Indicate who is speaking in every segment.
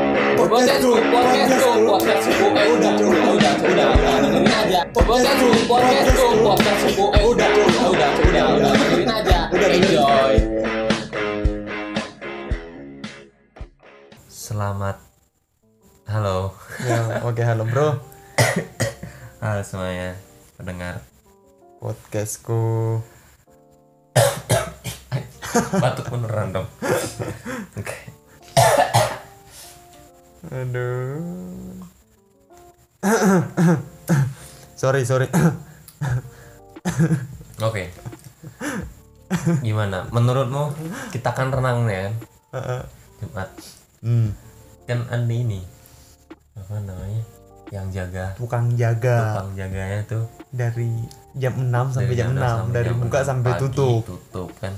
Speaker 1: podcast bro podcast bro podcast bro eh udah bro eh udah udah udah dengerin aja podcast bro podcast bro podcast bro eh udah bro eh udah udah udah dengerin aja enjoy
Speaker 2: Selamat Halo
Speaker 3: Ya, oke halo bro.
Speaker 2: Halo semuanya Pendengar
Speaker 3: Podcastku.
Speaker 2: Batuk beneran dong Oke
Speaker 3: Aduh. sorry, sorry.
Speaker 2: Oke Gimana? Menurutmu Kita kan renang nih kan Jumat
Speaker 3: hmm,
Speaker 2: Kan Andi ini Apa namanya Yang jaga
Speaker 3: tukang jaga
Speaker 2: Tukang jaganya tuh
Speaker 3: dari jam 6 sampai
Speaker 2: dari
Speaker 3: jam 6,
Speaker 2: 6
Speaker 3: dari
Speaker 2: Iya, jam
Speaker 3: buka
Speaker 2: 6
Speaker 3: sampai
Speaker 2: pagi
Speaker 3: tutup
Speaker 2: Tutup kan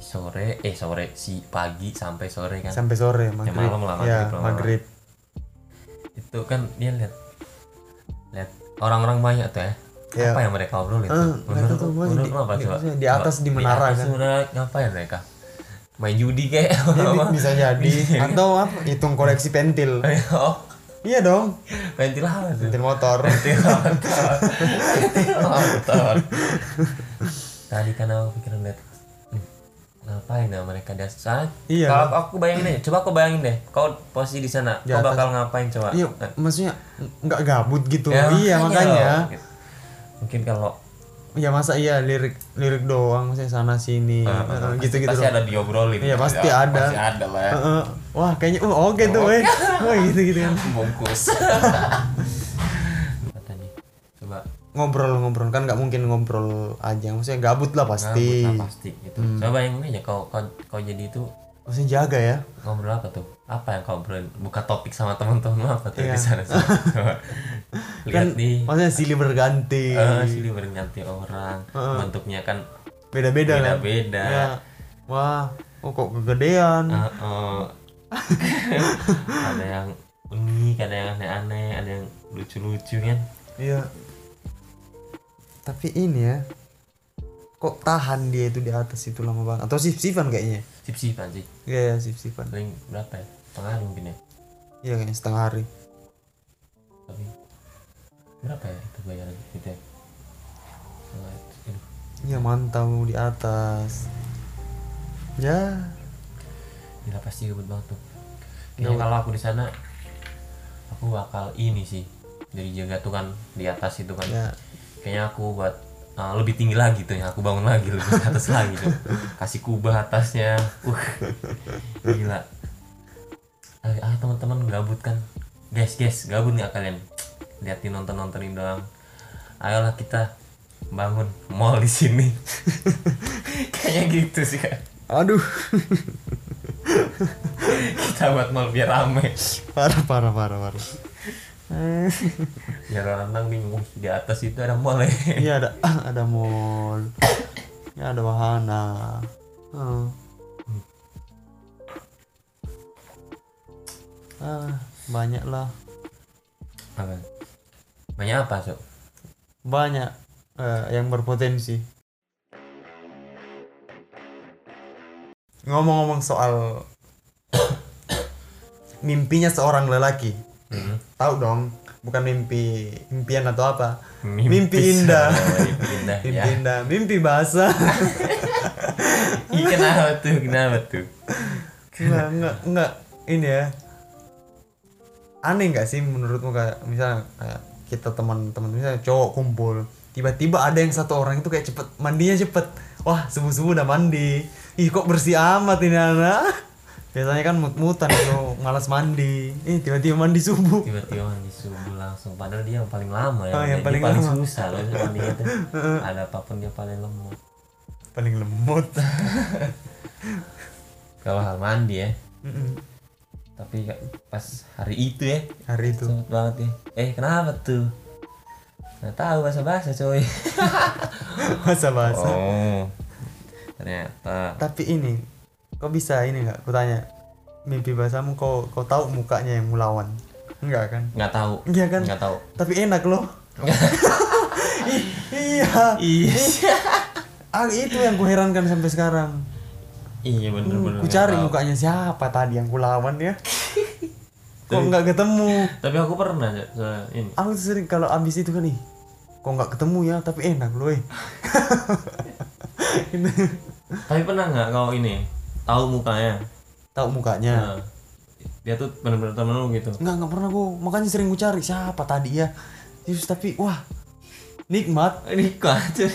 Speaker 2: Sore Eh sore Si pagi sampai sore kan
Speaker 3: sampai sore maghrib.
Speaker 2: malam lah,
Speaker 3: ya,
Speaker 2: maghrib lah,
Speaker 3: maghrib.
Speaker 2: Itu kan dia lihat Lihat Orang-orang banyak tuh ya
Speaker 3: Ya.
Speaker 2: Apa yang mereka obrolin
Speaker 3: Eh,
Speaker 2: tuh?
Speaker 3: nggak
Speaker 2: Menurut,
Speaker 3: tahu, gua
Speaker 2: menurut
Speaker 3: di-
Speaker 2: lo apa
Speaker 3: di-
Speaker 2: coba?
Speaker 3: di atas di menara
Speaker 2: atas
Speaker 3: kan?
Speaker 2: di menara ngapain mereka? Main judi kayak
Speaker 3: Ya,
Speaker 2: apa?
Speaker 3: bi- bisa jadi atau apa? Hitung koleksi pentil.
Speaker 2: Oh,
Speaker 3: iya dong,
Speaker 2: main tilawah tuh.
Speaker 3: pentil motor.
Speaker 2: Tilawah.
Speaker 3: Iya.
Speaker 2: Tilawah motor. Tadi kan aku pikiran lihat "Hmm, ngapain ya mereka di atas sana?
Speaker 3: Iya.
Speaker 2: Kalau aku bayangin deh, coba aku bayangin deh, kau posisi di sana,
Speaker 3: Di
Speaker 2: kau
Speaker 3: atas.
Speaker 2: bakal ngapain coba? Nah,
Speaker 3: Iya, maksudnya nggak gabut gitu.
Speaker 2: Ya,
Speaker 3: iya, makanya.
Speaker 2: dong. gitu. Mungkin kalau
Speaker 3: Ya masa iya lirik lirik doang maksudnya sana sini
Speaker 2: eh,
Speaker 3: gitu gitu
Speaker 2: pasti ada diobrolin.
Speaker 3: Iya, pasti
Speaker 2: Ya,
Speaker 3: ada.
Speaker 2: Pasti ada lah. ya.
Speaker 3: Heeh. wah kayaknya uh, oke
Speaker 2: Oh,
Speaker 3: tuh weh wah gitu gitu kan
Speaker 2: bungkus katanya coba
Speaker 3: ngobrol ngobrol kan nggak mungkin ngobrol aja maksudnya gabut lah pasti
Speaker 2: ngabut
Speaker 3: Hmm.
Speaker 2: lah pasti gitu coba bayangin aja kau kau kau jadi itu
Speaker 3: maksudnya jaga ya
Speaker 2: ngobrol apa tuh apa yang kau obrolin buka topik sama teman-teman lu apa tuh
Speaker 3: Iya.
Speaker 2: di sana Coba. Coba.
Speaker 3: kan iya.
Speaker 2: lihat nih
Speaker 3: maksudnya silih berganti
Speaker 2: eh sini berganti orang bentuknya kan
Speaker 3: beda beda kan
Speaker 2: beda-beda
Speaker 3: ya. wah oh kok kegedean
Speaker 2: Eh, eh. ada yang unik ada yang aneh-aneh ada yang lucu-lucu kan
Speaker 3: iya tapi ini ya kok tahan dia itu di atas itu lama banget atau sip sipan kayaknya
Speaker 2: sip-sipan sih
Speaker 3: iya ya sip sipan
Speaker 2: paling berapa ya pengaruh mungkin ya
Speaker 3: iya kayaknya setengah hari
Speaker 2: tapi berapa ya itu bayaran gitu ya Setelah itu, aduh.
Speaker 3: iya mantau di atas ya
Speaker 2: gila pasti ribet banget tuh kayaknya kalau aku di sana aku bakal ini sih dari jaga tuh kan di atas itu kan
Speaker 3: ya
Speaker 2: kayaknya aku buat uh, lebih tinggi lagi tuh yang aku bangun lagi lebih ke atas lagi tuh kasih kubah atasnya uh gila ah, ah, teman-teman gabut kan guys guys gabut nggak kalian liatin nonton nontonin doang ayolah kita bangun mall di sini kayaknya gitu sih Kak.
Speaker 3: Aduh,
Speaker 2: kita buat mall biar rame
Speaker 3: parah parah parah parah. Eh,
Speaker 2: biar orang orang Ya, bingung di atas itu ada mall ya
Speaker 3: Iya ada ada mall, ya ada wahana. Heeh. Ah banyak lah
Speaker 2: Apa? banyak apa sok
Speaker 3: banyak eh, yang berpotensi. Ngomong-ngomong soal mimpinya seorang lelaki,
Speaker 2: Mhm.
Speaker 3: tahu dong bukan mimpi impian atau apa, mimpi,
Speaker 2: Mimpi
Speaker 3: indah.
Speaker 2: seorang- Oh, mimpi indah
Speaker 3: Mimpi
Speaker 2: ya
Speaker 3: indah, mimpi basah.
Speaker 2: Ih, kenapa tuh kenapa tuh
Speaker 3: Enggak, enggak, enggak. Ini ya. Aneh enggak sih menurutmu kayak misalnya kayak kita teman-teman misalnya cowok kumpul, tiba-tiba ada yang satu orang itu kayak cepet mandinya cepet. Wah, subuh-subuh udah mandi. Ih, kok bersih amat ini anak. Biasanya kan mut-mutan itu malas mandi. Ih, tiba-tiba mandi subuh.
Speaker 2: tiba-tiba mandi subuh langsung padahal dia yang paling lama ya
Speaker 3: Oh, yang
Speaker 2: Jadi
Speaker 3: paling lama.
Speaker 2: susah loh mandinya tuh ada apapun dia paling lemot
Speaker 3: Paling lemot.
Speaker 2: kalau hal mandi ya
Speaker 3: Mm-mm.
Speaker 2: tapi kayak pas hari itu ya
Speaker 3: Hari itu.
Speaker 2: sempet banget ya eh kenapa tuh nggak tahu bahasa bahasa coy
Speaker 3: Masa bahasa.
Speaker 2: oh ternyata
Speaker 3: Tapi ini kok bisa ini enggak? Aku tanya. Mimpi bahasamu kau kau tahu mukanya yang mulawan? Enggak kan?
Speaker 2: nggak tahu
Speaker 3: Iya kan?
Speaker 2: nggak tahu
Speaker 3: Tapi enak loh. I- iya.
Speaker 2: iya
Speaker 3: Ah, itu yang ku herankan sampai sekarang.
Speaker 2: iya bener bener
Speaker 3: Hmm, Ku
Speaker 2: nggak
Speaker 3: cari
Speaker 2: tahu.
Speaker 3: mukanya siapa tadi yang ku lawan ya. kok nggak ketemu
Speaker 2: tapi aku pernah Cak, soalnya ini
Speaker 3: aku tuh sering kalau abis itu kan nih kok nggak ketemu ya tapi enak loh eh Ini.
Speaker 2: tapi pernah nggak kau ini tahu mukanya
Speaker 3: tahu mukanya
Speaker 2: Nah, dia tuh benar-benar temen lu gitu
Speaker 3: nggak nggak pernah gua makanya sering gua cari siapa tadi ya terus tapi wah nikmat
Speaker 2: ini kok aja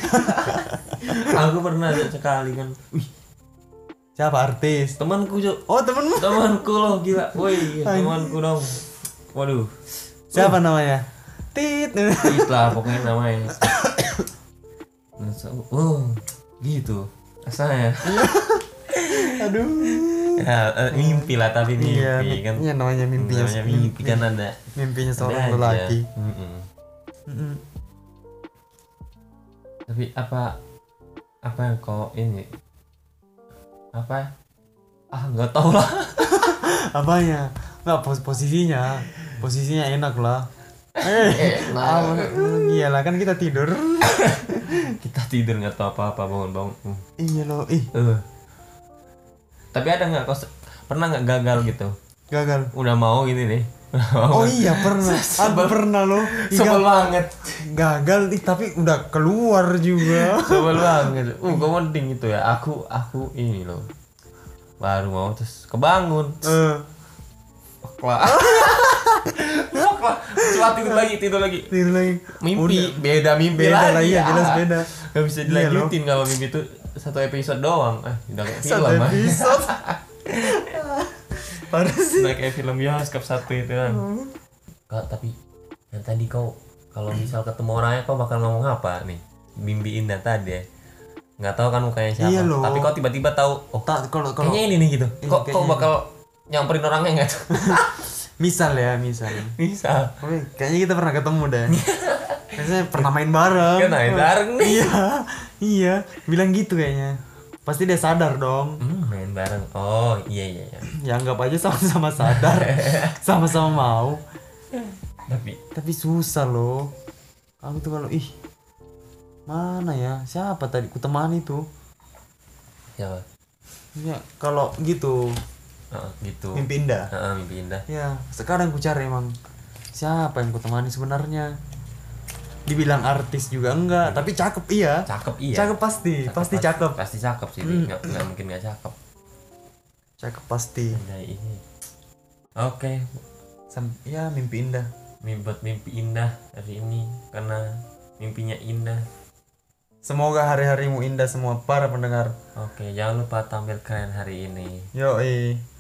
Speaker 2: aku pernah Cak, sekali kan wih
Speaker 3: siapa artis
Speaker 2: temanku cok
Speaker 3: oh temenmu
Speaker 2: temanku loh gila woi temanku dong waduh
Speaker 3: siapa namanya tit
Speaker 2: Oh. Tit lah pokoknya namanya Nah, so- oh gitu asalnya
Speaker 3: Hmm. aduh
Speaker 2: ya eh, mimpi lah tapi mimpi
Speaker 3: iya
Speaker 2: kan
Speaker 3: iya namanya mimpinya
Speaker 2: namanya mimpi kan ada
Speaker 3: mimpinya
Speaker 2: ada
Speaker 3: seorang
Speaker 2: aja.
Speaker 3: lelaki
Speaker 2: Mm-mm.
Speaker 3: Mm-mm.
Speaker 2: tapi apa apa yang kau ini apa ah nggak tahu lah
Speaker 3: apanya nggak pos posisinya posisinya enak lah eh
Speaker 2: Enak.
Speaker 3: iya lah kan kita tidur
Speaker 2: kita tidur nggak tahu apa apa bangun bangun uh.
Speaker 3: iya loh ih
Speaker 2: eh. tapi ada nggak kau se- pernah nggak gagal gitu
Speaker 3: gagal
Speaker 2: udah mau gini nih Udah mau.
Speaker 3: oh iya pernah aku pernah loh Ih,
Speaker 2: sebel banget
Speaker 3: gagal ih, tapi udah keluar juga
Speaker 2: sebel banget uh kau mending itu ya aku aku ini loh baru mau terus kebangun
Speaker 3: Eh,
Speaker 2: Fuck lah Fuck lah. Coba tidur lagi tidur lagi
Speaker 3: tidur lagi
Speaker 2: mimpi beda mimpi
Speaker 3: Beda
Speaker 2: lagi,
Speaker 3: lagi, ya, jelas beda.
Speaker 2: gak bisa
Speaker 3: Iya,
Speaker 2: dilanjutin kalau mimpi itu satu episode doang eh udah kayak film ah.
Speaker 3: satu episode parah sih
Speaker 2: udah kayak film bioskop satu itu kan
Speaker 3: Oh.
Speaker 2: kak tapi yang tadi kau kalau misal ketemu orangnya kau bakal ngomong apa nih mimpi indah tadi ya nggak tahu kan mukanya siapa
Speaker 3: Iya loh.
Speaker 2: tapi kau tiba-tiba tahu oh
Speaker 3: tak kalau kalau
Speaker 2: kayaknya ini nih gitu
Speaker 3: Iya,
Speaker 2: kok kau
Speaker 3: kayaknya
Speaker 2: bakal nyamperin orangnya nggak tuh
Speaker 3: misal ya misal
Speaker 2: misal
Speaker 3: Oke, kayaknya kita pernah ketemu deh kayaknya pernah main bareng
Speaker 2: Kan main bareng nih.
Speaker 3: iya iya bilang gitu kayaknya pasti dia sadar dong
Speaker 2: hmm, main bareng oh iya iya, iya.
Speaker 3: ya anggap aja sama-sama sadar sama-sama mau
Speaker 2: tapi
Speaker 3: tapi susah loh aku tuh kalau ih mana ya siapa tadi ku temani tuh
Speaker 2: ya
Speaker 3: ya kalau gitu
Speaker 2: heeh, gitu
Speaker 3: mimpi indah
Speaker 2: Heeh, mimpi indah
Speaker 3: ya sekarang ku cari emang siapa yang ku temani sebenarnya dibilang artis juga enggak tapi cakep iya
Speaker 2: cakep iya
Speaker 3: cakep pasti pasti cakep Hmm.
Speaker 2: pasti cakep sih Dik. nggak nggak mungkin nggak cakep
Speaker 3: cakep pasti
Speaker 2: indah ini oke
Speaker 3: Sam- ya mimpi indah
Speaker 2: mimpi buat mimpi indah hari ini karena mimpinya indah
Speaker 3: semoga hari-harimu indah semua para pendengar
Speaker 2: oke jangan lupa tampil keren hari ini
Speaker 3: yoi